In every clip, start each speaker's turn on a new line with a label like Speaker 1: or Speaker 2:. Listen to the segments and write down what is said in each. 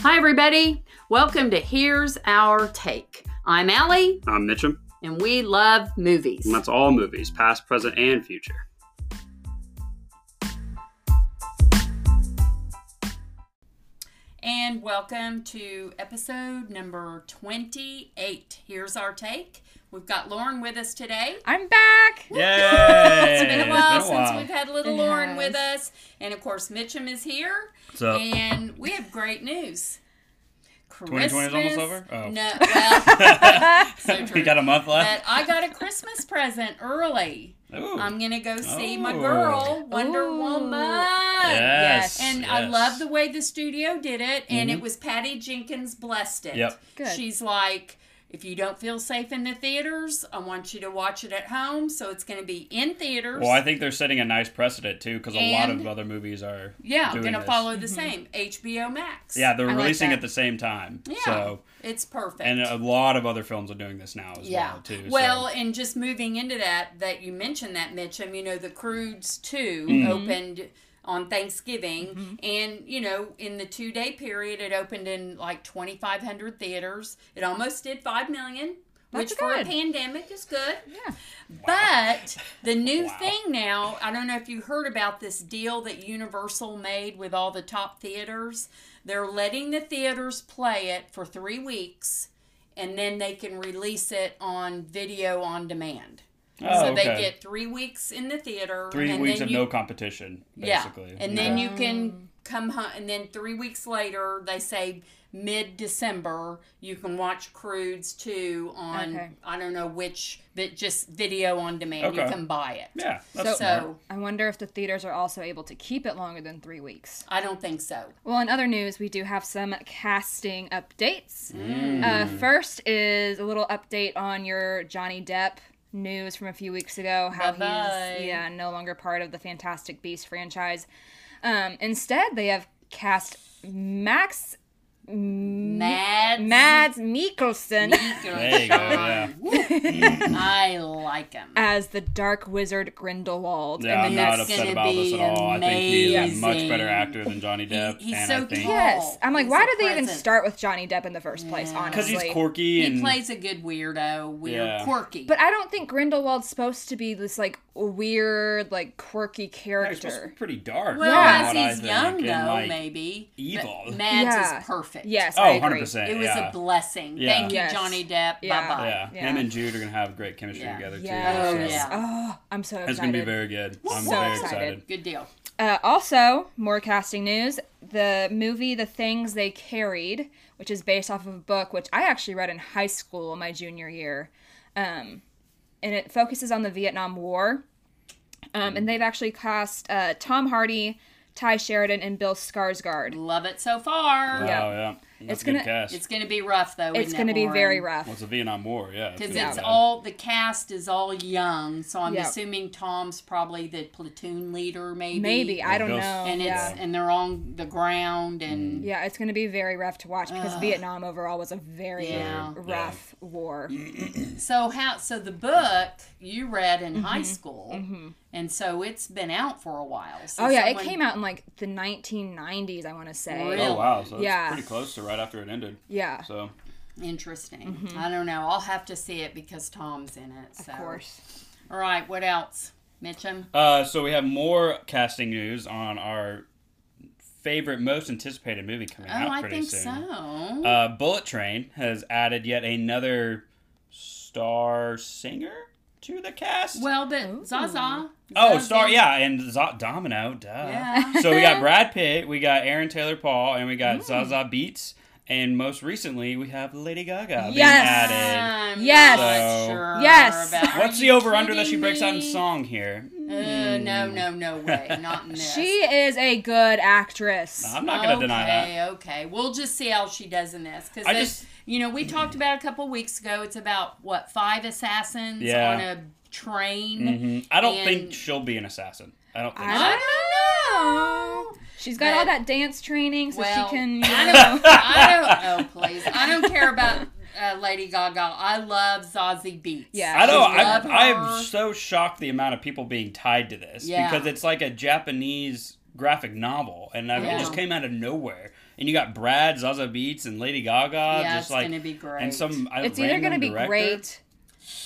Speaker 1: Hi, everybody. Welcome to Here's Our Take. I'm Allie,
Speaker 2: I'm Um, Mitchum,
Speaker 1: and we love movies.
Speaker 2: and that's all movies, past, present, and future.
Speaker 1: And welcome to episode number 28. Here's Our Take. We've got Lauren with us today.
Speaker 3: I'm back.
Speaker 4: Yay!
Speaker 1: It's been a while since we've had little
Speaker 3: It
Speaker 1: Lauren
Speaker 3: has.
Speaker 1: with us. And of course, Mitchum is here.
Speaker 4: What's up?
Speaker 1: And we have great news.
Speaker 4: 2020 is almost over? Oh.
Speaker 1: No, well, so true.
Speaker 4: we got a month
Speaker 1: But
Speaker 4: left.
Speaker 1: I got a Christmas present early.
Speaker 4: Ooh.
Speaker 1: I'm gonna go see my
Speaker 4: Oh.
Speaker 1: girl, Wonder
Speaker 3: Ooh.
Speaker 1: Woman.
Speaker 4: yes.
Speaker 1: And I
Speaker 4: yes. Mm-hmm.
Speaker 1: love the way the studio did it, and it was Patty Jenkins blessed it.
Speaker 4: Yep.
Speaker 3: Good.
Speaker 1: She's like, if you don't feel safe in the theaters, I want you to watch it at home. So it's gonna be in theaters.
Speaker 4: Well, I think they're setting a nice precedent too, because a lot
Speaker 1: And-
Speaker 4: of other movies are.
Speaker 1: yeah,
Speaker 4: doing
Speaker 1: gonna
Speaker 4: this.
Speaker 1: follow the
Speaker 3: Mm-hmm.
Speaker 1: same HBO Max.
Speaker 4: Yeah, they're
Speaker 3: like
Speaker 4: releasing
Speaker 3: that.
Speaker 4: at the same time.
Speaker 1: Yeah,
Speaker 4: So,
Speaker 1: it's perfect.
Speaker 4: and a lot of other films are doing this now as
Speaker 1: yeah.
Speaker 4: well too. so-
Speaker 1: well, and just moving into that, that you mentioned that, Mitchum, you know, the Crudes too
Speaker 4: Mm-hmm.
Speaker 1: opened on Thanksgiving.
Speaker 3: Mm-hmm.
Speaker 1: And, you know, in the two day period, it opened in like 2,500 theaters. It almost did 5 million,
Speaker 3: That's
Speaker 1: which for a
Speaker 3: good.
Speaker 1: pandemic is good.
Speaker 3: Yeah.
Speaker 1: But the new
Speaker 4: Wow.
Speaker 1: thing now, I don't know if you heard about this deal that Universal made with all the top theaters. They're letting the theaters play it for three weeks and then they can release it on video on demand.
Speaker 4: Oh,
Speaker 1: so they
Speaker 4: okay.
Speaker 1: get three weeks in the theater.
Speaker 4: three
Speaker 1: and
Speaker 4: weeks
Speaker 1: then
Speaker 4: of
Speaker 1: you,
Speaker 4: no competition, basically.
Speaker 1: Yeah. And then you can come home, and then three weeks later, they say mid December, you can watch Crudes 2 on,
Speaker 3: Okay.
Speaker 1: I don't know which, but just video on demand. You
Speaker 4: Okay.
Speaker 1: can buy it.
Speaker 4: yeah, that's
Speaker 3: So-
Speaker 4: smart.
Speaker 1: So
Speaker 3: I wonder if the theaters are also able to keep it longer than three weeks.
Speaker 1: I don't think so.
Speaker 3: Well, in other news, we do have some casting updates.
Speaker 1: Mm.
Speaker 3: Uh, first is a little update on your Johnny Depp news from a few weeks ago. How
Speaker 1: Bye-bye.
Speaker 3: he's yeah no longer part of the Fantastic Beast franchise. Um, instead, they have cast Max
Speaker 1: Mad.
Speaker 3: Mads Mikkelsen
Speaker 1: Mm.
Speaker 4: there you go. Yeah.
Speaker 1: I like him.
Speaker 3: as the Dark Wizard Grindelwald.
Speaker 4: Yeah,
Speaker 3: in
Speaker 4: I'm
Speaker 3: the
Speaker 4: not
Speaker 3: next
Speaker 4: upset
Speaker 1: gonna
Speaker 4: about this
Speaker 1: be
Speaker 4: at all. I think he's a
Speaker 1: amazing.
Speaker 4: much better actor than Johnny Depp.
Speaker 1: he's
Speaker 4: and
Speaker 1: so
Speaker 4: I think
Speaker 1: cute.
Speaker 3: Yes. I'm like,
Speaker 1: He's
Speaker 3: why
Speaker 1: a
Speaker 3: did they even
Speaker 1: present.
Speaker 3: start with Johnny Depp in the first place,
Speaker 4: Because
Speaker 3: honestly?
Speaker 4: he's quirky and
Speaker 1: He plays a good weirdo, weird,
Speaker 4: Yeah.
Speaker 1: quirky.
Speaker 3: But I don't think Grindelwald's supposed to be this, like, weird, like, quirky
Speaker 4: Yeah, he's supposed to
Speaker 3: character.
Speaker 4: be pretty dark.
Speaker 1: well,
Speaker 4: from
Speaker 1: as
Speaker 4: what I
Speaker 1: he's
Speaker 4: think,
Speaker 1: young,
Speaker 4: and,
Speaker 1: though,
Speaker 4: like,
Speaker 1: maybe. But
Speaker 4: evil.
Speaker 1: Mads
Speaker 3: Yeah.
Speaker 1: is perfect.
Speaker 3: Yes,
Speaker 4: Oh,
Speaker 3: I agree.
Speaker 4: 100%.
Speaker 1: It was
Speaker 4: yeah.
Speaker 1: a blessing.
Speaker 4: Yeah.
Speaker 1: Thank you,
Speaker 3: Yes.
Speaker 1: Johnny Depp.
Speaker 3: Yeah.
Speaker 1: Bye bye.
Speaker 4: Yeah.
Speaker 3: Yeah.
Speaker 4: him and Jude are gonna have great chemistry
Speaker 1: Yeah.
Speaker 4: together
Speaker 3: Yes.
Speaker 4: too.
Speaker 1: Oh,
Speaker 4: so
Speaker 1: yeah.
Speaker 3: Oh, I'm so excited.
Speaker 4: It's gonna be very good. I'm
Speaker 3: So
Speaker 4: very
Speaker 3: excited.
Speaker 4: excited.
Speaker 1: Good deal.
Speaker 3: Uh, also, more casting news. The movie The Things They Carried, which is based off of a book which I actually read in high school my junior year. Um, and it focuses on the Vietnam War. Um, and they've actually cast uh, Tom Hardy, Ty Sheridan, and Bill Skarsgård.
Speaker 1: Love it so far.
Speaker 4: Wow, Oh, yeah. That's
Speaker 3: It's
Speaker 4: a
Speaker 3: gonna-
Speaker 4: good cast.
Speaker 1: It's going to be rough, though.
Speaker 3: It's going to be very rough.
Speaker 4: well, it's a Vietnam War, yeah.
Speaker 1: Because
Speaker 4: gonna be
Speaker 1: it's
Speaker 4: bad.
Speaker 1: all the cast is all young, so I'm
Speaker 3: Yeah.
Speaker 1: assuming Tom's probably the platoon leader, maybe.
Speaker 3: Maybe I don't know.
Speaker 4: Bill's-
Speaker 1: And it's
Speaker 3: yeah.
Speaker 1: and they're on the ground
Speaker 4: Mm.
Speaker 1: and
Speaker 3: yeah, it's going to be very rough to watch because Vietnam overall was a very
Speaker 1: Yeah. Mm,
Speaker 3: rough war.
Speaker 1: so how so the book you read
Speaker 3: Mm-hmm.
Speaker 1: in high school, and so it's been out for a while. So
Speaker 3: Oh yeah, it
Speaker 1: someone-
Speaker 3: came out in like the 1990s, I want to say.
Speaker 1: Really?
Speaker 4: Oh wow, so
Speaker 3: Yeah.
Speaker 4: it's pretty close to right after it ended.
Speaker 3: Yeah,
Speaker 4: So
Speaker 1: Interesting. I don't know. I'll have to see it because Tom's in it. So.
Speaker 3: Mm-hmm. of course.
Speaker 1: All right. What else, Mitchum?
Speaker 4: uh, so we have more casting news on our favorite, most anticipated movie coming
Speaker 1: oh,
Speaker 4: out
Speaker 1: I
Speaker 4: pretty
Speaker 1: think
Speaker 4: soon.
Speaker 1: so.
Speaker 4: Uh, Bullet Train has added yet another star singer to the cast.
Speaker 1: well, but Zaza.
Speaker 4: oh,
Speaker 1: Zaza-
Speaker 4: star, yeah, and Zo- Domino, duh.
Speaker 1: Yeah. Mm.
Speaker 4: so we got Brad Pitt, we got Aaron Taylor Paul, and we got Zaza Beats, and most recently we have Lady Gaga being
Speaker 3: Yes.
Speaker 4: added.
Speaker 1: I'm
Speaker 3: Yes.
Speaker 1: not
Speaker 4: So-
Speaker 1: sure
Speaker 3: Yes.
Speaker 1: about-
Speaker 4: What's
Speaker 1: Are
Speaker 4: the
Speaker 1: you
Speaker 4: over under that she
Speaker 1: kidding
Speaker 4: breaks out in
Speaker 1: me?
Speaker 4: song here?
Speaker 1: Uh, no, no, no way. Not in this.
Speaker 3: She is a good actress.
Speaker 4: I'm not gonna deny that.
Speaker 1: Okay, okay. We'll just see how she does in this because
Speaker 4: I just-
Speaker 1: you know we talked about it a couple weeks ago. It's about what five assassins
Speaker 4: Yeah.
Speaker 1: on a train.
Speaker 4: Mhm. I don't
Speaker 1: And-
Speaker 4: think she'll be an assassin. I don't think.
Speaker 3: I
Speaker 4: so.
Speaker 3: don't know. She's got all
Speaker 1: But-
Speaker 3: that dance training, so
Speaker 1: Well,
Speaker 3: she can. You
Speaker 1: I
Speaker 3: know,
Speaker 1: don't, I don't know, please. I don't care about uh, Lady Gaga. I love Zazie Beats.
Speaker 3: Yeah.
Speaker 4: I know.
Speaker 1: Just love
Speaker 4: I'm,
Speaker 1: her.
Speaker 4: I'm so shocked the amount of people being tied to this
Speaker 1: Yeah.
Speaker 4: because it's like a Japanese graphic novel, and I mean,
Speaker 1: Yeah.
Speaker 4: it just came out of nowhere. And you got Brad, Zaza Beats, and Lady Gaga,
Speaker 1: Yeah,
Speaker 4: uh, just
Speaker 1: it's
Speaker 4: like
Speaker 1: gonna be great.
Speaker 4: and some. uh,
Speaker 3: It's either gonna
Speaker 4: random
Speaker 3: be
Speaker 4: director.
Speaker 3: great,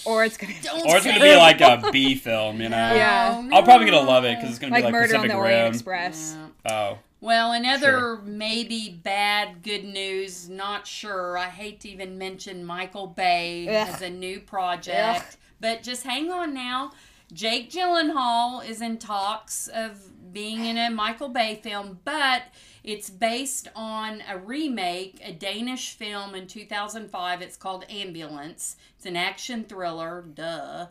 Speaker 3: or it's gonna
Speaker 1: Don't
Speaker 4: or it's gonna
Speaker 1: say
Speaker 4: be like a B film, you know.
Speaker 3: Yeah.
Speaker 1: no.
Speaker 4: I'm probably gonna love it because it's gonna
Speaker 3: like,
Speaker 4: be like
Speaker 3: Murder
Speaker 4: Pacific
Speaker 3: on the Orient
Speaker 4: Rim.
Speaker 3: Express.
Speaker 1: Yeah.
Speaker 4: Oh,
Speaker 1: Well, another
Speaker 4: Sure.
Speaker 1: maybe bad good news, not sure. I hate to even mention Michael Bay
Speaker 3: Ugh.
Speaker 1: as a new project,
Speaker 3: Ugh.
Speaker 1: but just hang on now. Jake Gyllenhaal is in talks of being in a Michael Bay film, but it's based on a remake, a Danish film in 2005. It's called Ambulance. It's an action thriller, duh.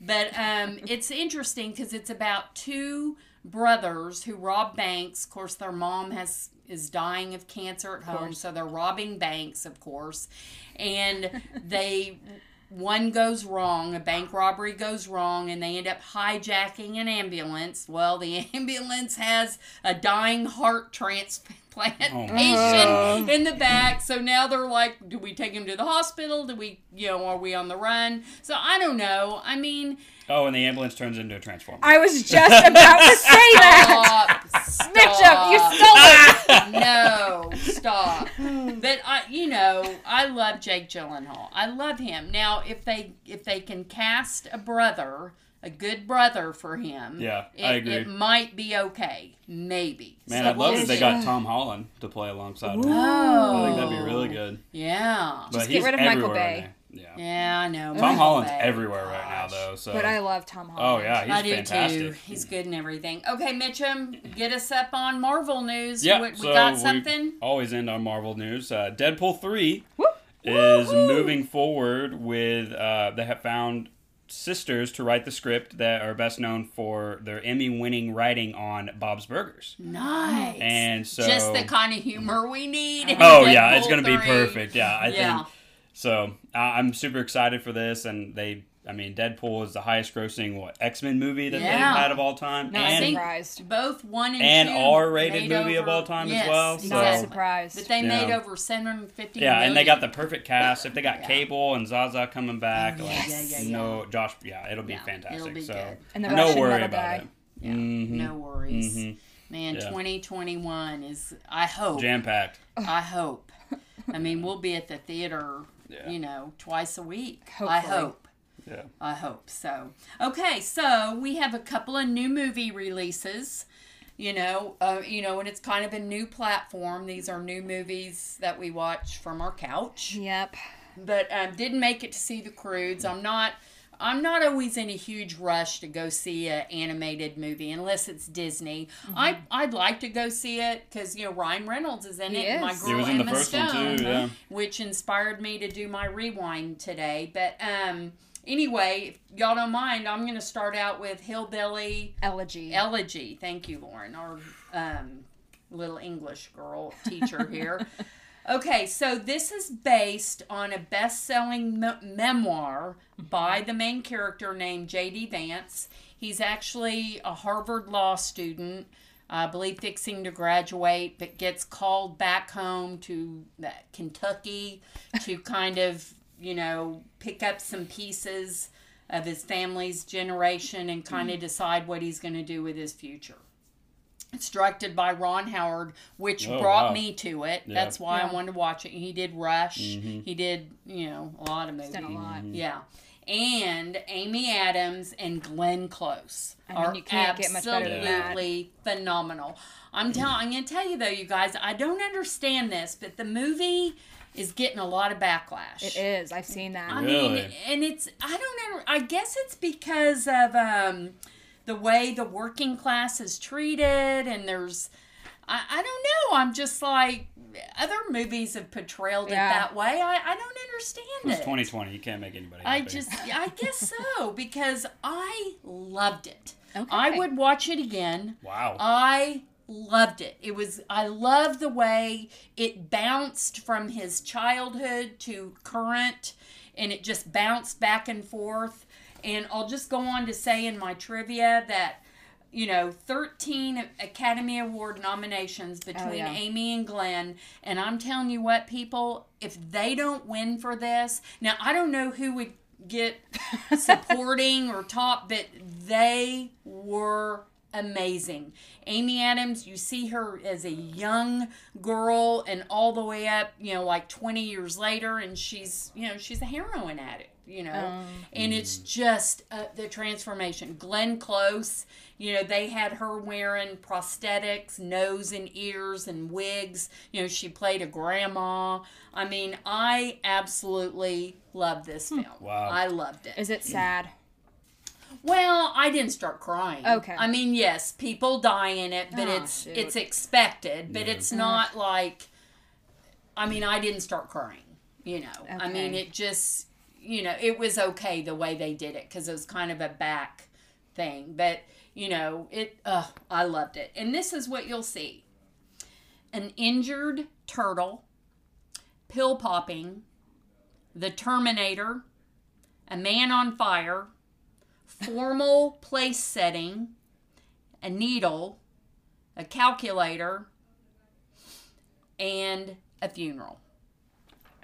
Speaker 1: But um, it's interesting because it's about two brothers who rob banks. Of course, their mom has is dying of cancer at home, so they're robbing banks, of course, and they. One goes wrong, a bank robbery goes wrong, and they end up hijacking an ambulance. Well, the ambulance has a dying heart transplant
Speaker 4: Oh,
Speaker 1: patient in the back. So now they're like, do we take him to the hospital? Do we, you know, are we on the run? So I don't know. I mean,
Speaker 4: oh, and the ambulance turns into a transformer.
Speaker 3: I was just about to say that.
Speaker 1: stop,
Speaker 3: Mitch, uh, you
Speaker 1: stop.
Speaker 3: stole it.
Speaker 1: no, stop. But I, you know, I love Jake Gyllenhaal. I love him. Now, if they if they can cast a brother, a good brother for him,
Speaker 4: Yeah,
Speaker 1: it,
Speaker 4: I agree.
Speaker 1: It might be okay, maybe.
Speaker 4: Man,
Speaker 1: So
Speaker 4: I'd love
Speaker 1: we'll
Speaker 4: if they
Speaker 1: see.
Speaker 4: got Tom Holland to play alongside. Him.
Speaker 1: Oh,
Speaker 4: I think that'd be really good.
Speaker 1: Yeah,
Speaker 4: But
Speaker 3: get
Speaker 4: he's
Speaker 3: rid of Michael
Speaker 4: everywhere
Speaker 3: Bay.
Speaker 4: right now. Yeah.
Speaker 1: yeah, I know.
Speaker 4: Tom
Speaker 1: Michael
Speaker 4: Holland's
Speaker 1: Bay.
Speaker 4: everywhere right now, though. So.
Speaker 3: But I love Tom
Speaker 4: oh
Speaker 3: Holland.
Speaker 4: yeah, he's
Speaker 1: I do
Speaker 4: fantastic.
Speaker 1: too. He's good and everything. Okay, Mitchum, get us up on Marvel news.
Speaker 4: Yeah,
Speaker 1: we, we
Speaker 4: so
Speaker 1: got something.
Speaker 4: We always end on Marvel news. Uh, Deadpool three
Speaker 3: Whoop.
Speaker 4: is moving forward with. Uh, they have found sisters to write the script that are best known for their Emmy-winning writing on Bob's Burgers,
Speaker 1: Nice.
Speaker 4: and so
Speaker 1: just the kind of humor we need. in
Speaker 4: oh yeah, it's
Speaker 1: Deadpool
Speaker 4: gonna be
Speaker 1: 3.
Speaker 4: perfect. Yeah, I
Speaker 1: Yeah.
Speaker 4: think so. I, I'm super excited for this, and they. I mean, Deadpool is the highest-grossing what X-Men movie that they've
Speaker 1: Yeah.
Speaker 4: had of all time,
Speaker 3: Not
Speaker 1: I
Speaker 4: and
Speaker 1: think
Speaker 3: surprised.
Speaker 1: Both one and,
Speaker 4: And
Speaker 1: two
Speaker 4: R-rated
Speaker 1: made
Speaker 4: movie of
Speaker 1: over-
Speaker 4: all time as
Speaker 1: yes,
Speaker 4: well, so-
Speaker 1: Exactly.
Speaker 3: Not surprised.
Speaker 1: But they
Speaker 4: Yeah.
Speaker 1: made over seven hundred fifty.
Speaker 4: Yeah, and they got the
Speaker 1: million.
Speaker 4: perfect cast. If they got
Speaker 1: Yeah.
Speaker 4: Cable and Zaza coming back,
Speaker 1: Oh,
Speaker 4: like
Speaker 1: yeah, yeah, yeah,
Speaker 4: no Josh, yeah, it'll be
Speaker 1: Yeah,
Speaker 4: fantastic.
Speaker 1: it'll be
Speaker 4: so
Speaker 1: good.
Speaker 3: And the
Speaker 4: no
Speaker 3: Russian
Speaker 4: worry
Speaker 3: metal
Speaker 4: about
Speaker 3: guy.
Speaker 4: it. Mhm.
Speaker 1: No worries. Man,
Speaker 4: Mm-hmm. Yeah.
Speaker 1: 2021 is, I hope,
Speaker 4: Jam packed.
Speaker 1: I hope. I mean, we'll be at the theater,
Speaker 4: Yeah.
Speaker 1: you know, twice a week. I
Speaker 3: Hopefully.
Speaker 1: hope.
Speaker 4: Yeah.
Speaker 1: I hope so. Okay, so we have a couple of new movie releases. You know, uh, you know, and it's kind of a new platform. These are new movies that we watch from our couch.
Speaker 3: Yep.
Speaker 1: But um, didn't make it to see the Crudes. I'm not. I'm not always in a huge rush to go see a animated movie unless it's Disney. I I'd like to go see it because you know Ryan Reynolds is in
Speaker 3: He
Speaker 1: it. and My
Speaker 3: is.
Speaker 1: girl
Speaker 4: He was in
Speaker 1: Emma
Speaker 4: the first
Speaker 1: Stone
Speaker 4: one too. Yeah.
Speaker 1: which inspired me to do my rewind today. But um, anyway, if y'all don't mind, I'm going to start out with Hillbilly
Speaker 3: Elegy.
Speaker 1: Elegy. Thank you, Lauren, our um, little English girl teacher here. okay, so this is based on a best selling me- memoir by the main character named J.D. Vance. He's actually a Harvard Law student. I believe fixing to graduate, but gets called back home to uh, Kentucky to kind of, you know, pick up some pieces of his family's generation and kind
Speaker 4: Mm-hmm.
Speaker 1: of decide what he's going to do with his future. It's directed by Ron Howard, which
Speaker 4: Oh,
Speaker 1: brought
Speaker 4: wow.
Speaker 1: me to it.
Speaker 4: Yeah.
Speaker 1: That's why
Speaker 3: Yeah.
Speaker 1: I wanted to watch it. He did Rush. He did, you know, a lot of movies.
Speaker 3: done a lot.
Speaker 4: Mm-hmm.
Speaker 1: Yeah. And Amy Adams and Glenn Close
Speaker 3: I mean,
Speaker 1: are
Speaker 3: you can't get much better
Speaker 1: absolutely
Speaker 4: than that.
Speaker 1: phenomenal. I'm telling. I'm going to tell you though, you guys, I don't understand this, but the movie is getting a lot of backlash.
Speaker 3: It is. I've seen that.
Speaker 1: I mean,
Speaker 4: Really?
Speaker 1: and it's I don't know. I guess it's because of um, the way the working class is treated, and there's I, I don't know. I'm just like other movies have portrayed
Speaker 3: Yeah.
Speaker 1: it that way. I, I don't understand
Speaker 4: It's
Speaker 1: it.
Speaker 4: 2020. You can't make anybody.
Speaker 1: I
Speaker 4: happy.
Speaker 1: just I guess so because I loved it.
Speaker 3: Okay.
Speaker 1: I would watch it again.
Speaker 4: Wow.
Speaker 1: I loved it. It was I love the way it bounced from his childhood to current and it just bounced back and forth. And I'll just go on to say in my trivia that you know, 13 Academy Award nominations between
Speaker 3: yeah.
Speaker 1: Amy and Glenn. And I'm telling you what, people, if they don't win for this, now I don't know who would get supporting or top, but they were amazing. Amy Adams, you see her as a young girl and all the way up, you know, like 20 years later, and she's, you know, she's a heroin addict, you know,
Speaker 3: Um,
Speaker 1: and it's
Speaker 4: Mm.
Speaker 1: just uh, the transformation. Glenn Close, you know, they had her wearing prosthetics, nose and ears, and wigs. You know, she played a grandma. I mean, I absolutely love this film.
Speaker 4: Wow.
Speaker 1: I loved it.
Speaker 3: Hmm. Is it sad?
Speaker 1: Well, I didn't start crying.
Speaker 3: Okay.
Speaker 1: I mean, yes, people die in it, but
Speaker 3: Oh,
Speaker 1: it's
Speaker 3: shoot.
Speaker 1: it's expected, but
Speaker 4: Yeah.
Speaker 1: it's not like I mean, I didn't start crying, you know. I mean,
Speaker 3: Okay.
Speaker 1: it just, you know, it was okay the way they did it cuz it was kind of a back thing, but you know, it uh I loved it. And this is what you'll see. An injured turtle, pill popping, the Terminator, a man on fire, formal place setting, a needle, a calculator, and a funeral.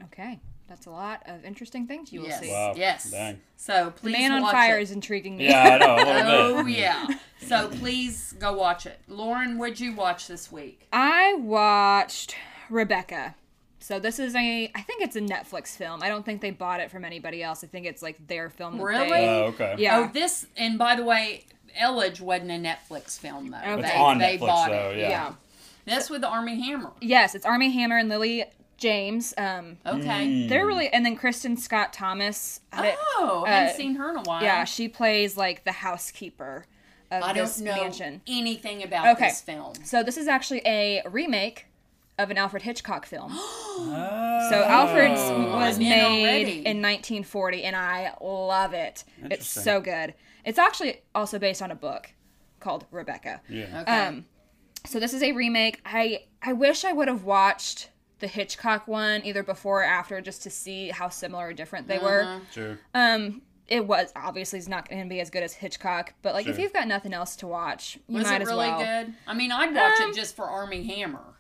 Speaker 3: Okay. That's a lot of interesting things you will
Speaker 1: Yes.
Speaker 3: see.
Speaker 4: Wow.
Speaker 1: Yes.
Speaker 4: Dang.
Speaker 1: So
Speaker 3: The
Speaker 1: please
Speaker 3: Man on
Speaker 1: watch
Speaker 3: Fire
Speaker 1: it.
Speaker 3: is intriguing me.
Speaker 4: Yeah, I know a little
Speaker 1: Oh
Speaker 4: bit.
Speaker 1: yeah. So please go watch it. Lauren, would you watch this week?
Speaker 3: I watched Rebecca. So this is a I think it's a Netflix film. I don't think they bought it from anybody else. I think it's like their film. that
Speaker 1: Really?
Speaker 3: they-
Speaker 4: Oh, okay.
Speaker 3: Yeah.
Speaker 1: Oh, this and by the way, Elledge wasn't a Netflix film though.
Speaker 3: It's
Speaker 1: they
Speaker 4: on
Speaker 1: they
Speaker 4: Netflix,
Speaker 1: bought
Speaker 4: though,
Speaker 1: it.
Speaker 4: yeah.
Speaker 1: That's with Army Hammer.
Speaker 3: Yes, it's Army Hammer and Lily James. Um
Speaker 1: Oh.
Speaker 4: Mm.
Speaker 1: Okay.
Speaker 4: Mm-hmm.
Speaker 3: they're really and then Kristen Scott Thomas. I don't-
Speaker 1: Oh, I haven't
Speaker 3: uh,
Speaker 1: seen her in a while.
Speaker 3: Yeah, she plays like the housekeeper of
Speaker 1: I
Speaker 3: this
Speaker 1: don't know
Speaker 3: mansion.
Speaker 1: anything about
Speaker 3: Okay.
Speaker 1: this film.
Speaker 3: So this is actually a remake of an Alfred Hitchcock film.
Speaker 4: Oh.
Speaker 3: So Alfred's was
Speaker 1: I'm in
Speaker 3: made
Speaker 1: already.
Speaker 3: in 1940, and I love it. It's
Speaker 4: Interesting.
Speaker 3: so good. It's actually also based on a book called Rebecca.
Speaker 4: Yeah.
Speaker 1: Okay.
Speaker 3: Um, So this is a remake. I I wish I would have watched the Hitchcock one either before or after just to see how similar or different they
Speaker 1: Uh-huh.
Speaker 3: were.
Speaker 4: Sure.
Speaker 3: Um, it was obviously it's not going to be as good as Hitchcock, but like if
Speaker 4: Sure.
Speaker 3: you've got nothing else to watch, you
Speaker 1: Was
Speaker 3: might
Speaker 1: it
Speaker 3: as
Speaker 1: really
Speaker 3: well.
Speaker 1: good? I mean, I'd watch
Speaker 3: Um,
Speaker 1: it just for Army Hammer.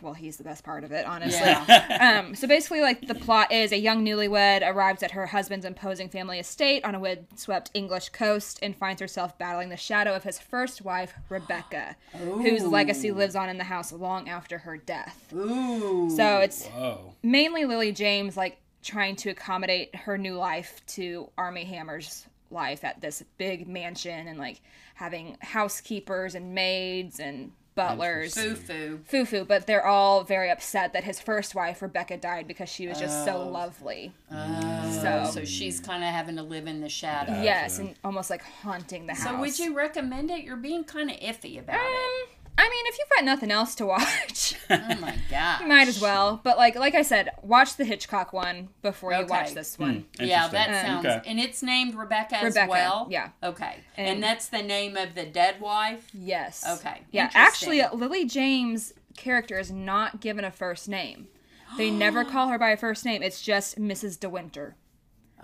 Speaker 3: Well, he's the best part of it, honestly.
Speaker 1: Yeah.
Speaker 3: um, so basically, like the plot is a young newlywed arrives at her husband's imposing family estate on a windswept English coast and finds herself battling the shadow of his first wife, Rebecca, whose legacy lives on in the house long after her death.
Speaker 1: Ooh.
Speaker 3: So it's
Speaker 4: Oh.
Speaker 3: mainly Lily James like trying to accommodate her new life to Army Hammer's life at this big mansion and like having housekeepers and maids and butlers
Speaker 1: foo foo.
Speaker 3: Fufu, but they're all very upset that his first wife, Rebecca, died because she was just
Speaker 1: Oh.
Speaker 3: so lovely.
Speaker 1: So, so she's kind of having to live in the shadow.
Speaker 3: Yes, and almost like haunting the house.
Speaker 1: So would you recommend it? You're being kind of iffy about it.
Speaker 3: Um, I mean, if you've got nothing else to watch,
Speaker 1: Oh my god.
Speaker 3: you might as well. But like, like I said, watch the Hitchcock one before you
Speaker 1: Okay.
Speaker 3: watch this one.
Speaker 1: Yeah,
Speaker 4: Interesting.
Speaker 1: that sounds.
Speaker 4: Okay.
Speaker 1: And it's named Rebecca, as
Speaker 3: Rebecca,
Speaker 1: well.
Speaker 3: yeah.
Speaker 1: Okay. And,
Speaker 3: And-
Speaker 1: that's the name of the dead wife.
Speaker 3: Yes.
Speaker 1: Okay,
Speaker 3: Yeah.
Speaker 1: interesting.
Speaker 3: Actually, Lily James' character is not given a first name. They never call her by her first name. It's just Mrs. De Winter.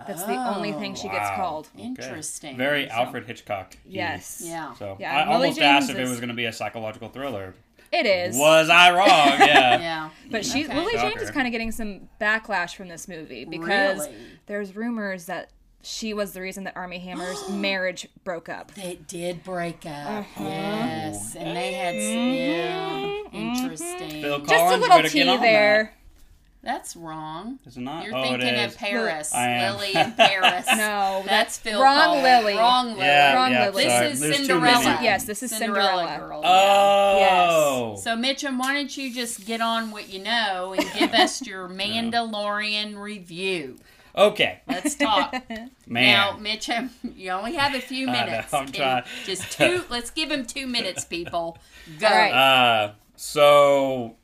Speaker 3: That's the only thing she gets
Speaker 4: Oh, wow.
Speaker 3: called.
Speaker 4: Okay.
Speaker 1: Interesting.
Speaker 4: Very
Speaker 1: So-
Speaker 4: Alfred Hitchcock.
Speaker 3: Yes.
Speaker 1: Yeah.
Speaker 4: So
Speaker 3: Yeah,
Speaker 4: I
Speaker 3: Lily
Speaker 4: almost
Speaker 3: James
Speaker 4: asked if it
Speaker 3: is-
Speaker 4: was going to be a psychological thriller.
Speaker 3: It is.
Speaker 4: Was I wrong? Yeah.
Speaker 1: Yeah.
Speaker 3: But she
Speaker 1: Okay.
Speaker 3: Lily James is
Speaker 4: Shocker.
Speaker 3: kind of getting some backlash from this movie because
Speaker 1: Really?
Speaker 3: there's rumors that she was the reason that Army Hammer's marriage broke up.
Speaker 4: Oh,
Speaker 1: They did break up.
Speaker 3: Uh-huh.
Speaker 1: Yes. And they had
Speaker 3: Mm-hmm.
Speaker 1: some. Yeah. Interesting.
Speaker 4: Phil Collins,
Speaker 3: Just a
Speaker 4: you
Speaker 3: little
Speaker 4: better get
Speaker 3: tea
Speaker 4: on
Speaker 3: there.
Speaker 1: That's wrong.
Speaker 4: That. Is it not?
Speaker 1: You're
Speaker 4: oh,
Speaker 1: thinking
Speaker 4: it
Speaker 1: of
Speaker 4: is.
Speaker 1: Paris.
Speaker 4: I am.
Speaker 1: Lily in Paris.
Speaker 3: No,
Speaker 1: That's Phil.
Speaker 3: wrong
Speaker 1: Collins.
Speaker 3: Lily.
Speaker 1: Wrong Lily.
Speaker 4: Yeah,
Speaker 3: Wrong
Speaker 4: yeah,
Speaker 3: Lily.
Speaker 1: This
Speaker 4: sorry.
Speaker 1: is
Speaker 4: There's too
Speaker 1: Cinderella.
Speaker 4: many.
Speaker 3: Yes, this is Cinderella.
Speaker 1: Girl. yeah.
Speaker 4: Oh.
Speaker 1: So Mitchum, why don't you just get on what you know and give us your Mandalorian review?
Speaker 4: Okay.
Speaker 1: Let's talk
Speaker 4: Man.
Speaker 1: now, Mitchum. You only have a few
Speaker 4: I know,
Speaker 1: minutes.
Speaker 4: I'm
Speaker 1: Can-
Speaker 4: trying.
Speaker 1: Just two. Let's give him two minutes, people. Go.
Speaker 3: All right.
Speaker 4: Uh, so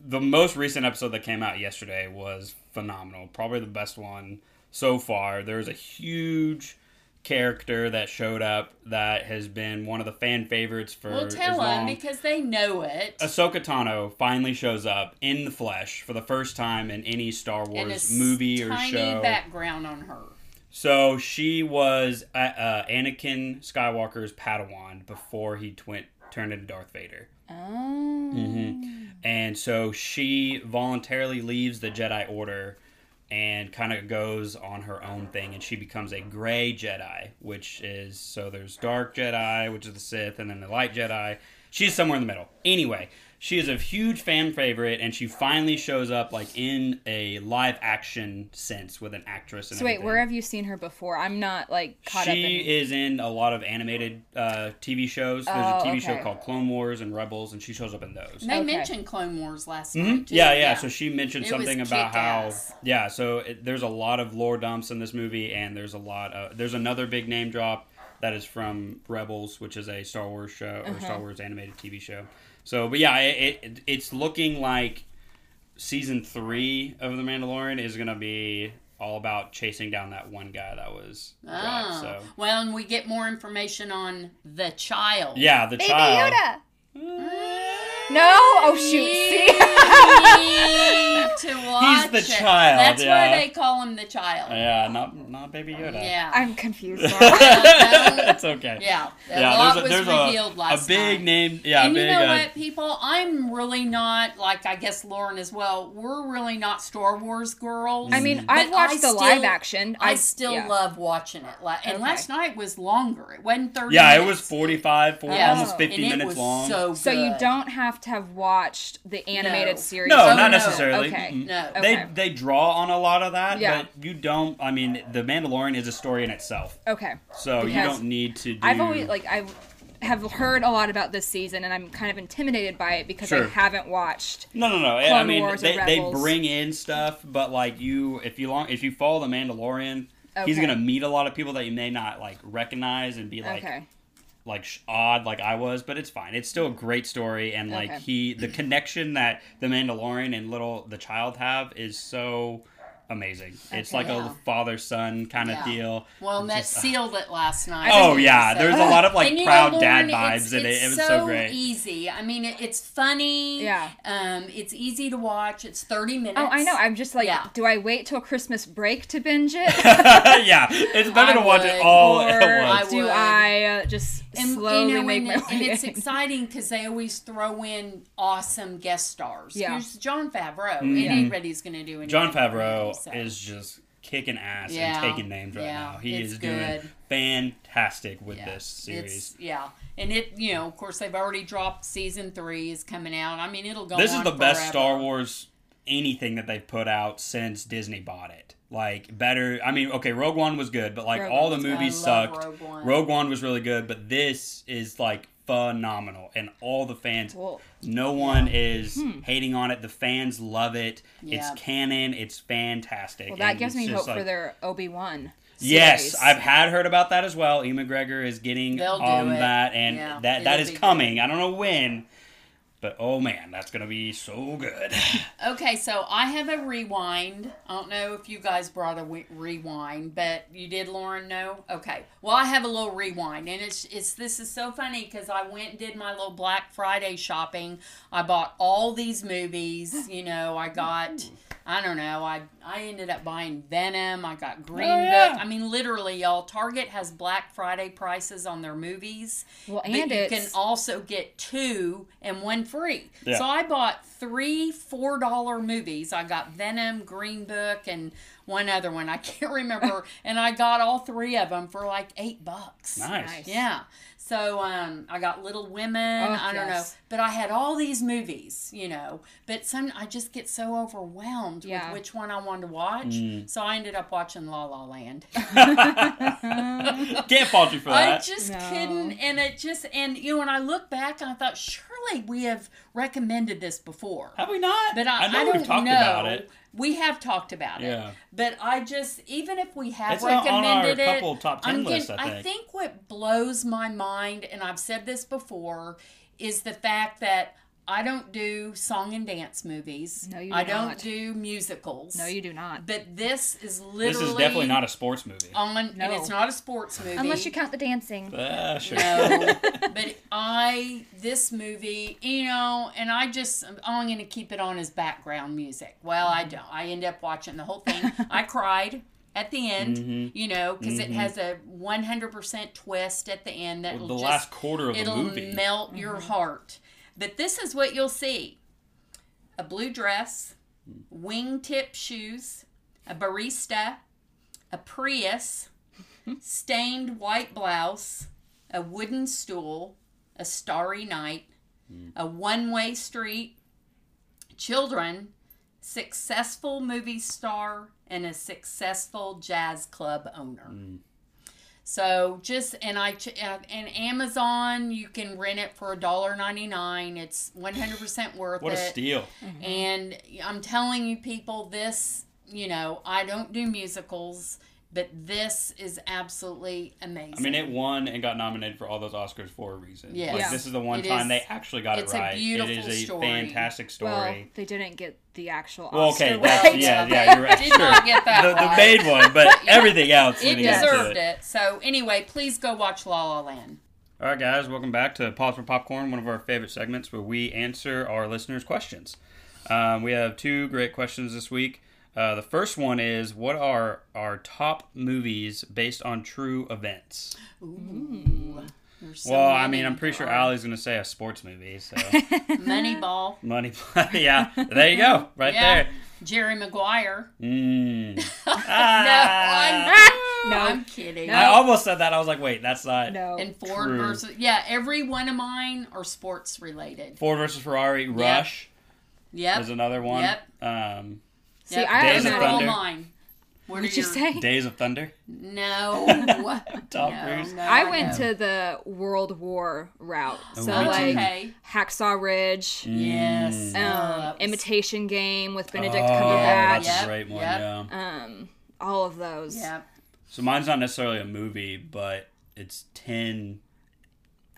Speaker 4: the most recent episode that came out yesterday was phenomenal. Probably the best one so far. There's a huge character that showed up that has been one of the fan favorites for
Speaker 1: Well,
Speaker 4: as
Speaker 1: tell
Speaker 4: long.
Speaker 1: him because they know it.
Speaker 4: Ahsoka Tano finally shows up in the flesh for the first time in any Star
Speaker 1: and a
Speaker 4: Wars
Speaker 1: s-
Speaker 4: movie or
Speaker 1: tiny
Speaker 4: show.
Speaker 1: background on her.
Speaker 4: So she was uh, uh, Anakin Skywalker's Padawan before he twin- turned into Darth Vader. Mm-hmm.
Speaker 3: Oh.
Speaker 4: And so she voluntarily leaves the Jedi Order and kind of goes on her own thing and she becomes a gray jedi which is so there's dark jedi which is the sith and then the light jedi she's somewhere in the middle anyway she is a huge fan favorite and she finally shows up like in a live action sense with an actress and
Speaker 3: So wait,
Speaker 4: everything.
Speaker 3: where have you seen her before? I'm not like caught up
Speaker 4: she
Speaker 3: in.
Speaker 4: is in a lot of animated uh, TV shows. There's
Speaker 3: Oh,
Speaker 4: a TV
Speaker 3: okay.
Speaker 4: show called Clone Wars and Rebels, and she shows up in those.
Speaker 1: They
Speaker 3: Okay.
Speaker 1: mentioned Clone Wars last
Speaker 4: Mhm.
Speaker 1: night. Too.
Speaker 4: Yeah, yeah, So she mentioned
Speaker 1: It
Speaker 4: something
Speaker 1: was
Speaker 4: about how
Speaker 1: kick-ass.
Speaker 4: yeah. So it, there's a lot of lore dumps in this movie, and there's a lot of there's another big name drop that is from Rebels, which is a Star Wars show or
Speaker 3: Uh-huh.
Speaker 4: Star Wars animated TV show. So, but yeah, it, it it's looking like season three of The Mandalorian is gonna be all about chasing down that one guy that was dropped.
Speaker 1: Oh.
Speaker 4: So.
Speaker 1: Well, and we get more information on the child.
Speaker 4: Yeah, the
Speaker 3: Baby
Speaker 4: child.
Speaker 3: Yoda. No! Oh shoot! See?
Speaker 1: Need to watch
Speaker 4: the
Speaker 1: it.
Speaker 4: child,
Speaker 1: That's
Speaker 4: yeah.
Speaker 1: why they call him the child.
Speaker 4: Yeah, not not Baby Yoda.
Speaker 1: Yeah.
Speaker 3: I'm confused. Now.
Speaker 4: it's okay.
Speaker 1: Yeah. A
Speaker 4: Yeah,
Speaker 1: lot
Speaker 4: there's a,
Speaker 1: was
Speaker 4: there's
Speaker 1: revealed
Speaker 4: a,
Speaker 1: last
Speaker 4: a big
Speaker 1: night.
Speaker 4: name. Yeah,
Speaker 1: and
Speaker 4: big.
Speaker 1: you know
Speaker 4: uh,
Speaker 1: what, people? I'm really not like I guess Lauren as well. We're really not Star Wars girls.
Speaker 3: I mean,
Speaker 1: But
Speaker 3: I've watched
Speaker 1: I
Speaker 3: the
Speaker 1: still-
Speaker 3: live action.
Speaker 1: I still
Speaker 3: yeah.
Speaker 1: love watching it. Like, and
Speaker 3: Okay.
Speaker 1: last night was longer. It wasn't thirty.
Speaker 4: Yeah, it was
Speaker 1: minutes.
Speaker 4: 45, four,
Speaker 1: Yeah.
Speaker 4: almost
Speaker 3: Oh.
Speaker 4: 50
Speaker 1: and it
Speaker 4: minutes
Speaker 1: was
Speaker 4: long.
Speaker 1: So,
Speaker 3: So you
Speaker 1: good.
Speaker 3: don't have to have watched the animated
Speaker 1: No.
Speaker 3: series.
Speaker 4: no,
Speaker 1: Oh,
Speaker 4: not
Speaker 1: no.
Speaker 4: necessarily.
Speaker 3: Okay.
Speaker 4: Mm-mm.
Speaker 1: No.
Speaker 3: Okay.
Speaker 4: They they draw on a lot of that,
Speaker 3: Yeah.
Speaker 4: but you don't. I mean, The Mandalorian is a story in itself,
Speaker 3: Okay.
Speaker 4: so you
Speaker 3: Because
Speaker 4: don't need to. do...
Speaker 3: I've always like I have heard a lot about this season, and I'm kind of intimidated by it because I
Speaker 4: Sure.
Speaker 3: haven't watched.
Speaker 4: No, no, no. I
Speaker 3: Clone
Speaker 4: mean,
Speaker 3: Wars or
Speaker 4: they, they
Speaker 3: Rebels.
Speaker 4: bring in stuff, but like you, if you long, if you follow the Mandalorian, he's
Speaker 3: Okay.
Speaker 4: gonna meet a lot of people that you may not like recognize and be like,
Speaker 3: okay.
Speaker 4: like sh- odd, like I was, but it's fine. It's still a great story, and like
Speaker 3: Okay.
Speaker 4: he, the connection that the Mandalorian and little the child have is so amazing. It's like
Speaker 1: Yeah.
Speaker 4: a father son kind of
Speaker 1: Yeah.
Speaker 4: deal.
Speaker 1: Well, and that
Speaker 4: Just- uh,
Speaker 1: sealed it last night.
Speaker 4: Oh
Speaker 1: too,
Speaker 4: yeah,
Speaker 1: so-
Speaker 4: there's a lot of like
Speaker 1: And you
Speaker 4: proud
Speaker 1: know,
Speaker 4: dad
Speaker 1: Lauren,
Speaker 4: vibes
Speaker 1: it's,
Speaker 4: in it.
Speaker 1: it's e-
Speaker 4: It was so great.
Speaker 1: Easy. I mean, it, it's funny.
Speaker 3: Yeah.
Speaker 1: Um, it's easy to watch. It's thirty minutes.
Speaker 3: Oh, I know. I'm just like,
Speaker 1: yeah.
Speaker 3: do I wait till Christmas break to binge it,
Speaker 4: yeah, it's better
Speaker 1: I
Speaker 4: to watch it
Speaker 1: would.
Speaker 4: all
Speaker 3: or
Speaker 4: at once.
Speaker 3: do
Speaker 1: would.
Speaker 3: I uh, just slowly make
Speaker 1: and,
Speaker 3: my
Speaker 1: it- and
Speaker 3: way?
Speaker 1: it's
Speaker 3: in?
Speaker 1: exciting because they always throw in awesome guest stars.
Speaker 3: Yeah.
Speaker 1: Here's John Favreau.
Speaker 4: Mhm.
Speaker 1: Anybody's going to do anything.
Speaker 4: John Favreau
Speaker 1: so.
Speaker 4: is just kicking ass
Speaker 1: Yeah.
Speaker 4: and taking names right
Speaker 1: Yeah.
Speaker 4: now. He
Speaker 1: It's
Speaker 4: is
Speaker 1: good.
Speaker 4: doing fantastic with
Speaker 1: Yeah.
Speaker 4: this series.
Speaker 1: It's, yeah, and it you know of course they've already dropped season three is coming out. I mean it'll go.
Speaker 4: this is
Speaker 1: on
Speaker 4: the best
Speaker 1: forever.
Speaker 4: Star Wars anything that they've put out since Disney bought it. Like better, I mean, okay, Rogue One was good, but like
Speaker 3: Rogue
Speaker 4: all the
Speaker 3: One was
Speaker 1: good.
Speaker 4: movies
Speaker 1: I love
Speaker 4: sucked.
Speaker 1: Rogue One.
Speaker 4: was really good, but this is like phenomenal, and all the fans,
Speaker 3: Cool.
Speaker 4: no one is hating on it. The fans love it.
Speaker 1: Hmm. Yeah.
Speaker 4: It's canon. It's fantastic.
Speaker 3: Well, that
Speaker 4: and
Speaker 3: gives
Speaker 4: it's
Speaker 3: me
Speaker 4: just
Speaker 3: hope for
Speaker 4: like-
Speaker 3: their Obi Wan.
Speaker 4: Yes, I've had heard about that as well. E. McGregor is getting
Speaker 1: They'll do
Speaker 4: on
Speaker 1: it.
Speaker 4: that, and
Speaker 1: Yeah,
Speaker 4: that that
Speaker 1: it'll
Speaker 4: is
Speaker 1: be
Speaker 4: coming. I don't know when, but oh man, that's gonna be so good.
Speaker 1: Okay, so I have a rewind. I don't know if you guys brought a wi- rewind, but you did, Lauren. No, okay. Well, I have a little rewind, and it's it's this is so funny because I went and did my little Black Friday shopping. I bought all these movies. You know, I got I don't know. I I ended up buying Venom. I got Green
Speaker 4: Oh, yeah.
Speaker 1: Book. I mean, literally, y'all. Target has Black Friday prices on their movies.
Speaker 3: Well,
Speaker 1: But
Speaker 3: and
Speaker 1: you
Speaker 3: it's
Speaker 1: can also get two and one free.
Speaker 4: Yeah.
Speaker 1: So I bought three four dollar movies. I got Venom, Green Book, and one other one I can't remember. and I got all three of them for like eight bucks.
Speaker 4: Nice.
Speaker 1: Yeah. So um, I got Little Women.
Speaker 3: Oh,
Speaker 1: I don't
Speaker 3: yes.
Speaker 1: know, but I had all these movies, you know. But some I just get so overwhelmed
Speaker 3: Yeah.
Speaker 1: with which one I wanted to watch. So I ended up watching La La Land.
Speaker 4: Can't fault you for
Speaker 1: I
Speaker 4: that.
Speaker 1: just
Speaker 3: No.
Speaker 1: couldn't, and it just and you know, when I look back, and I thought surely we have recommended this before,
Speaker 4: Have we not?
Speaker 1: but I, I,
Speaker 4: know
Speaker 1: don't
Speaker 4: we've talked
Speaker 1: know.
Speaker 4: about it.
Speaker 1: We have talked about
Speaker 4: Yeah.
Speaker 1: it, but I just even if we have
Speaker 4: It's on- on our
Speaker 1: recommended it,
Speaker 4: couple top 10
Speaker 1: I'm
Speaker 4: lists, I
Speaker 1: I
Speaker 4: think.
Speaker 1: think what blows my mind, and I've said this before, is the fact that. I don't do song and dance movies.
Speaker 3: No, you do
Speaker 1: I don't
Speaker 3: not.
Speaker 1: do musicals.
Speaker 3: no, you do not,
Speaker 1: But this is literally
Speaker 4: This is definitely not a sports movie.
Speaker 1: on,
Speaker 3: No.
Speaker 1: and it's not a sports movie
Speaker 3: unless you count the dancing.
Speaker 4: Ah, sure.
Speaker 1: no, but I this movie, you know, and I just I'm going to keep it on as background music. Well,
Speaker 4: Mm-hmm.
Speaker 1: I don't. I end up watching the whole thing. I cried at the end,
Speaker 4: Mm-hmm.
Speaker 1: you know, because it has a 100% twist at the end that
Speaker 4: The
Speaker 1: will just
Speaker 4: last quarter of the
Speaker 1: it'll
Speaker 4: movie. Mm-hmm.
Speaker 1: melt your heart. But this is
Speaker 4: Mm.
Speaker 1: what you'll see: a blue dress, wingtip shoes, a barista, a Prius, stained white blouse, a wooden stool, a starry night,
Speaker 4: Hmm.
Speaker 1: a one way street, children, successful movie star, and a successful jazz club owner.
Speaker 4: Hmm.
Speaker 1: So just and I ch- uh, and Amazon, you can rent it for $1.99. It's 100% worth
Speaker 4: What a
Speaker 1: it.
Speaker 4: steal.
Speaker 3: Mm-hmm.
Speaker 1: And I'm telling you, people, this, you know, I don't do musicals, but this is absolutely amazing.
Speaker 4: I mean, it won and got nominated for all those Oscars for a reason.
Speaker 1: Yes.
Speaker 4: Like,
Speaker 3: Yeah.
Speaker 4: This is the one
Speaker 1: It
Speaker 4: time
Speaker 1: is-
Speaker 4: they actually got
Speaker 1: it's
Speaker 4: it
Speaker 1: a
Speaker 4: right.
Speaker 1: beautiful
Speaker 4: it is a
Speaker 1: story.
Speaker 4: fantastic
Speaker 3: Well,
Speaker 4: story.
Speaker 3: they didn't get the actual Oscar.
Speaker 4: Well, okay, that's,
Speaker 1: right.
Speaker 4: yeah, yeah, you're right.
Speaker 1: Did
Speaker 4: sure.
Speaker 1: not get that
Speaker 4: the, the
Speaker 1: right.
Speaker 4: main one, but everything else.
Speaker 1: it
Speaker 4: leading up to
Speaker 1: deserved it. So anyway, please go watch La La Land.
Speaker 4: All right, guys, welcome back to Pause for Popcorn, one of our favorite segments where we answer our listeners' questions. Um, we have two great questions this week. Uh, the first one is What are our top movies based on true events?
Speaker 1: There's so
Speaker 4: well, I
Speaker 1: many.
Speaker 4: mean, I'm pretty sure
Speaker 1: Oh,
Speaker 4: Allie's going to say a sports movie, so
Speaker 1: Moneyball,
Speaker 4: Money Yeah, there you go, right
Speaker 1: Yeah.
Speaker 4: there.
Speaker 1: Jerry Maguire.
Speaker 4: Mm.
Speaker 1: no,
Speaker 4: Ah.
Speaker 1: I'm,
Speaker 3: No.
Speaker 1: I'm kidding.
Speaker 4: I almost said that. I was like, wait, that's not.
Speaker 3: No.
Speaker 1: and Ford
Speaker 4: True.
Speaker 1: versus yeah, every one of mine are sports related.
Speaker 4: Ford versus Ferrari, Rush
Speaker 1: Yep.
Speaker 4: is another one.
Speaker 1: Yep.
Speaker 4: Um,
Speaker 3: See,
Speaker 1: yep.
Speaker 3: I
Speaker 4: Days
Speaker 1: Those
Speaker 4: of
Speaker 1: are all
Speaker 4: Thunder.
Speaker 1: mine. What are
Speaker 3: What'd you
Speaker 1: your-
Speaker 3: say?
Speaker 4: Days of Thunder.
Speaker 1: No.
Speaker 4: Tom
Speaker 1: No,
Speaker 4: Cruise.
Speaker 1: no,
Speaker 3: I went
Speaker 1: know.
Speaker 3: to the World War route. So,
Speaker 4: Oh, Mm.
Speaker 1: Oh,
Speaker 3: like,
Speaker 1: okay.
Speaker 3: Hacksaw Ridge,
Speaker 1: Yes.
Speaker 3: um,
Speaker 1: Oh, that was-
Speaker 3: Imitation Game with Benedict
Speaker 4: Oh,
Speaker 3: Cumberbatch,
Speaker 4: that's
Speaker 1: Yep,
Speaker 4: a great one.
Speaker 1: yep.
Speaker 4: Yeah.
Speaker 3: um, all of those.
Speaker 1: Yeah.
Speaker 4: So mine's not necessarily a movie, but it's ten.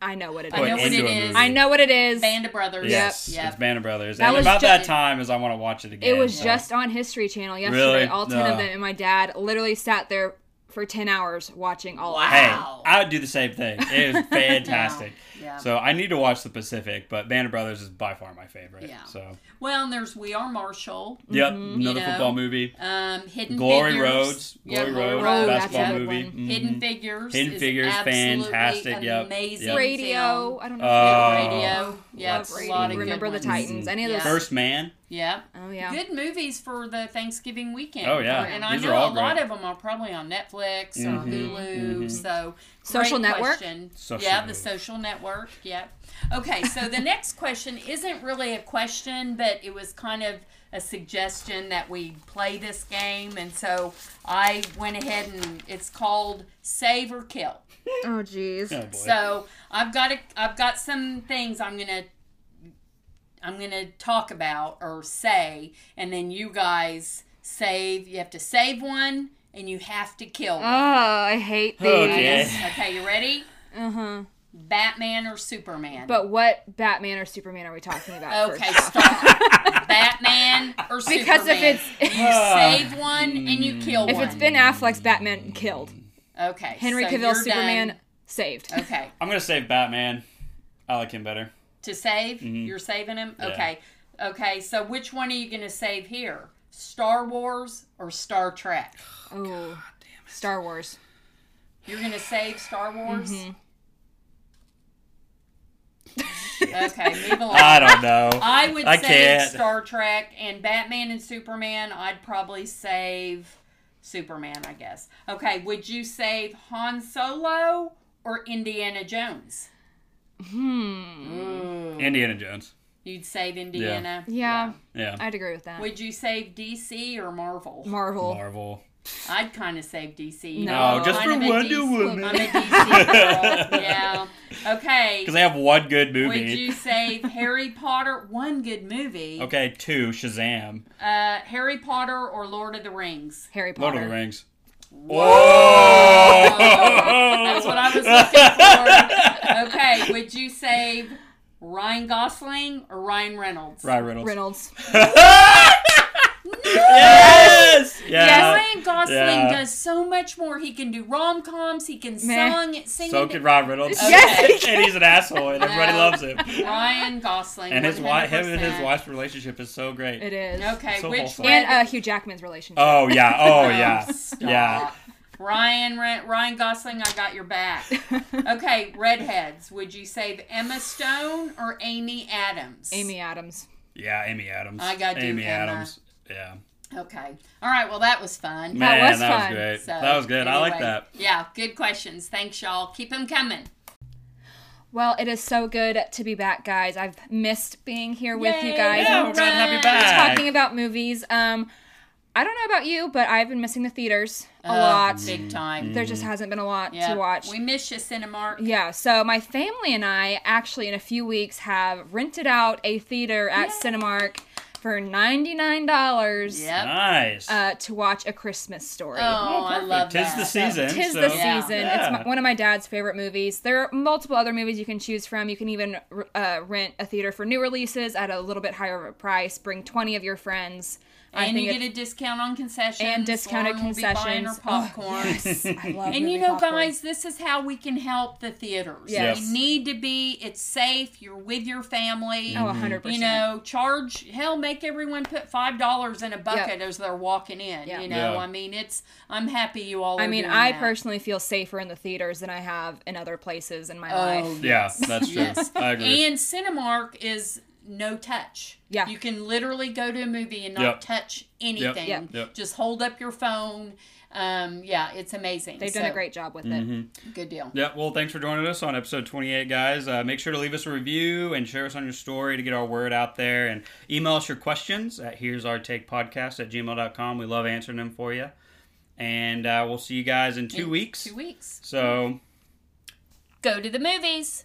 Speaker 3: I know what it is.
Speaker 1: I
Speaker 4: put
Speaker 1: know what
Speaker 4: into
Speaker 1: it
Speaker 4: a
Speaker 1: is.
Speaker 4: movie.
Speaker 3: I know what it is.
Speaker 1: Band of Brothers.
Speaker 4: Yes,
Speaker 1: Yep.
Speaker 4: it's Band of Brothers.
Speaker 3: That
Speaker 4: and
Speaker 3: was
Speaker 4: about
Speaker 3: ju-
Speaker 4: that time is I want to watch it again.
Speaker 3: It was
Speaker 4: so-
Speaker 3: just on History Channel yesterday,
Speaker 4: Really?
Speaker 3: all 10
Speaker 4: No.
Speaker 3: of them, and my dad literally sat there for 10 hours watching all of
Speaker 1: Wow.
Speaker 3: them.
Speaker 4: Hey,
Speaker 1: Wow.
Speaker 4: I would do the same thing. It is fantastic.
Speaker 1: Yeah.
Speaker 4: So I need to watch The Pacific, but Band of Brothers is by far my favorite.
Speaker 1: Yeah.
Speaker 4: So
Speaker 1: Well, and there's We Are Marshall.
Speaker 4: yep, another
Speaker 1: You know,
Speaker 4: football movie.
Speaker 1: Um, Hidden
Speaker 4: Glory
Speaker 1: Figures.
Speaker 4: Roads,
Speaker 1: Yeah,
Speaker 4: Glory
Speaker 1: Glory
Speaker 4: Roads,
Speaker 1: Roads.
Speaker 3: that's a
Speaker 4: basketball
Speaker 3: good
Speaker 4: movie.
Speaker 3: one.
Speaker 4: Mhm.
Speaker 1: Hidden Figures.
Speaker 4: Hidden
Speaker 1: is
Speaker 4: Figures,
Speaker 1: absolutely
Speaker 4: fantastic, yep,
Speaker 1: Amazing.
Speaker 4: yep.
Speaker 3: Radio.
Speaker 1: film.
Speaker 3: I don't know.
Speaker 4: Uh,
Speaker 3: if you
Speaker 1: Radio. Yeah.
Speaker 3: love
Speaker 1: it's
Speaker 3: radio.
Speaker 1: A lot of good
Speaker 3: Remember the
Speaker 1: ones.
Speaker 3: Titans. Any of those?
Speaker 1: Yeah.
Speaker 4: First Man.
Speaker 1: Yeah.
Speaker 3: Oh yeah.
Speaker 1: Good movies for the Thanksgiving weekend.
Speaker 4: Oh, yeah.
Speaker 1: and I
Speaker 4: These
Speaker 1: know
Speaker 4: are all
Speaker 1: a lot
Speaker 4: great.
Speaker 1: of them are probably on Netflix or
Speaker 4: Mhm.
Speaker 1: Hulu.
Speaker 4: Mhm.
Speaker 1: So
Speaker 3: Social
Speaker 1: great
Speaker 3: Network?
Speaker 1: question.
Speaker 4: Social
Speaker 1: yeah, the
Speaker 4: Network.
Speaker 1: social network. Yep. Okay, so the next question isn't really a question, but it was kind of a suggestion that we play this game, and so I went ahead and it's called Save or Kill.
Speaker 3: Oh jeez.
Speaker 4: Oh, boy.
Speaker 1: So I've got a, I've got some things I'm gonna I'm gonna talk about or say, and then you guys save. You have to save one, and you have to kill
Speaker 3: Oh,
Speaker 1: one.
Speaker 3: I hate these.
Speaker 4: Okay.
Speaker 1: Okay, you ready?
Speaker 3: Uh huh.
Speaker 1: Batman or Superman?
Speaker 3: But what Batman or Superman are we talking about?
Speaker 1: okay,
Speaker 3: First?
Speaker 1: stop. Batman or Superman?
Speaker 3: Because if it's if
Speaker 4: Ah.
Speaker 1: save one and you kill one.
Speaker 3: it's Ben Affleck's Batman killed,
Speaker 1: okay,
Speaker 3: Henry
Speaker 1: so
Speaker 3: Cavill's
Speaker 1: you're
Speaker 3: Superman
Speaker 1: done.
Speaker 3: saved.
Speaker 1: Okay,
Speaker 4: I'm gonna save Batman. I like him better.
Speaker 1: to save, you're saving him.
Speaker 4: Mm-hmm. Yeah.
Speaker 1: Okay, okay. So which one are you gonna save here? Star Wars or Star Trek?
Speaker 3: Oh, Star Wars.
Speaker 1: You're gonna save Star Wars? okay, move along.
Speaker 4: I don't know.
Speaker 1: I would
Speaker 4: I
Speaker 1: save
Speaker 4: can't.
Speaker 1: Star Trek and Batman and Superman. I'd probably save Superman, I guess. Okay, would you save Han Solo or Indiana Jones?
Speaker 3: Hmm.
Speaker 1: Ooh.
Speaker 4: Indiana Jones.
Speaker 1: You'd save Indiana.
Speaker 3: Yeah,
Speaker 4: Yeah.
Speaker 3: I'd agree with that.
Speaker 1: Would you save DC or Marvel?
Speaker 3: Marvel.
Speaker 4: Marvel.
Speaker 1: I'd kind of save DC.
Speaker 3: No,
Speaker 1: I'm
Speaker 4: just
Speaker 1: kind
Speaker 4: for
Speaker 1: of a
Speaker 4: Wonder
Speaker 1: DC
Speaker 4: Woman.
Speaker 1: I'm a DC girl. Yeah. Okay.
Speaker 4: Because they have one good
Speaker 1: Would
Speaker 4: movie.
Speaker 1: you save Harry Potter? One good movie.
Speaker 4: Okay, two Shazam,
Speaker 1: Uh, Harry Potter or Lord of the Rings?
Speaker 3: Harry
Speaker 4: Lord
Speaker 3: Potter.
Speaker 4: of the Rings. Oh.
Speaker 1: That's what I was looking for. Okay, would you save Ryan Gosling or Ryan Reynolds?
Speaker 4: Ryan Reynolds.
Speaker 3: Reynolds.
Speaker 4: Yes. Yeah.
Speaker 1: Ryan Gosling
Speaker 4: Yeah.
Speaker 1: does so much more. He can do rom coms. He can
Speaker 3: Meh.
Speaker 1: song, sing.
Speaker 4: So can Ryan Reynolds.
Speaker 1: Yes.
Speaker 4: and he's an asshole, and everybody
Speaker 1: No.
Speaker 4: loves him.
Speaker 1: Ryan Gosling
Speaker 4: And his wife, him and his
Speaker 1: 100%.
Speaker 4: wife's relationship is so great.
Speaker 3: It is.
Speaker 1: Okay,
Speaker 4: So
Speaker 1: which
Speaker 4: wholesome.
Speaker 1: one?
Speaker 3: And uh, Hugh Jackman's relationship.
Speaker 4: Oh yeah. Oh yeah.
Speaker 1: Stop.
Speaker 4: Yeah.
Speaker 1: Ryan Re- Ryan Gosling, I got your back. Okay, redheads. Would you save Emma Stone or Amy Adams?
Speaker 3: Amy Adams.
Speaker 4: Yeah. Amy Adams.
Speaker 1: I gotta do
Speaker 4: Amy
Speaker 1: Emma.
Speaker 4: Adams. Yeah.
Speaker 1: Okay. All right. Well, that was fun.
Speaker 4: Man,
Speaker 3: was
Speaker 4: that
Speaker 3: fun.
Speaker 4: was great.
Speaker 1: So,
Speaker 4: that was good. I like
Speaker 1: anyway,
Speaker 4: that.
Speaker 1: Yeah. Good questions. Thanks, y'all. Keep them coming.
Speaker 3: Well, it is so good to be back, guys. I've missed being here with you
Speaker 1: Yay.
Speaker 3: guys.
Speaker 4: Yeah,
Speaker 3: and
Speaker 4: we're glad to have you
Speaker 1: Alright.
Speaker 4: back.
Speaker 3: Talking about movies. Um, I don't know about you, but I've been missing the theaters a
Speaker 1: Oh,
Speaker 3: lot.
Speaker 1: Big time.
Speaker 3: There just hasn't been a lot
Speaker 1: Yeah.
Speaker 3: to watch.
Speaker 1: We miss you, Cinemark.
Speaker 3: Yeah, so my family and I actually in a few weeks have rented out a theater at Cinemark for $99
Speaker 1: Yep.
Speaker 4: nice.
Speaker 3: uh, to watch A Christmas Story.
Speaker 1: Oh, I love
Speaker 4: Tis
Speaker 1: that.
Speaker 4: the season.
Speaker 3: Tis
Speaker 4: so-
Speaker 3: the
Speaker 1: Yeah.
Speaker 3: season.
Speaker 4: Yeah.
Speaker 3: It's my, one of my dad's favorite movies. There are multiple other movies you can choose from. You can even r- uh, rent a theater for new releases at a little bit higher of a price. Bring 20 of your friends. I
Speaker 1: And
Speaker 3: think
Speaker 1: you get a discount on concessions.
Speaker 3: and discounted
Speaker 1: Lauren will be buying her
Speaker 3: concessions. Oh,
Speaker 1: popcorn.
Speaker 3: yes. I love
Speaker 1: And you
Speaker 3: movie
Speaker 1: know,
Speaker 3: popcorn.
Speaker 1: guys, this is how we can help the theaters.
Speaker 3: Yes.
Speaker 1: You need to be, it's safe, you're with your family.
Speaker 3: Oh, 100%.
Speaker 1: You know, charge, hell, make everyone put $5 in a bucket
Speaker 3: Yep.
Speaker 1: as they're walking in.
Speaker 3: Yep.
Speaker 1: You know,
Speaker 4: Yeah.
Speaker 1: I mean, it's, I'm happy you all
Speaker 3: I
Speaker 1: are
Speaker 3: mean,
Speaker 1: doing
Speaker 3: I
Speaker 1: that.
Speaker 3: personally feel safer in the theaters than I have in other places in my
Speaker 1: Oh,
Speaker 3: life.
Speaker 4: yeah, that's true.
Speaker 1: Yes.
Speaker 4: I agree.
Speaker 1: And Cinemark is no touch.
Speaker 3: Yeah.
Speaker 1: You can literally go to a movie and not
Speaker 4: Yep.
Speaker 1: touch anything.
Speaker 3: Yep.
Speaker 4: Yep.
Speaker 1: Just hold up your phone. Um, yeah, it's amazing.
Speaker 3: They've done
Speaker 1: So,
Speaker 3: a great job with it.
Speaker 1: good deal.
Speaker 4: yeah, well, thanks for joining us on episode 28, guys. Uh, make sure to leave us a review and share us on your story to get our word out there. And email us your questions at here's our take podcast at gmail.com. We love answering them for you. And uh, we'll see you guys in two weeks.
Speaker 1: Two weeks.
Speaker 4: So
Speaker 1: Go to the movies.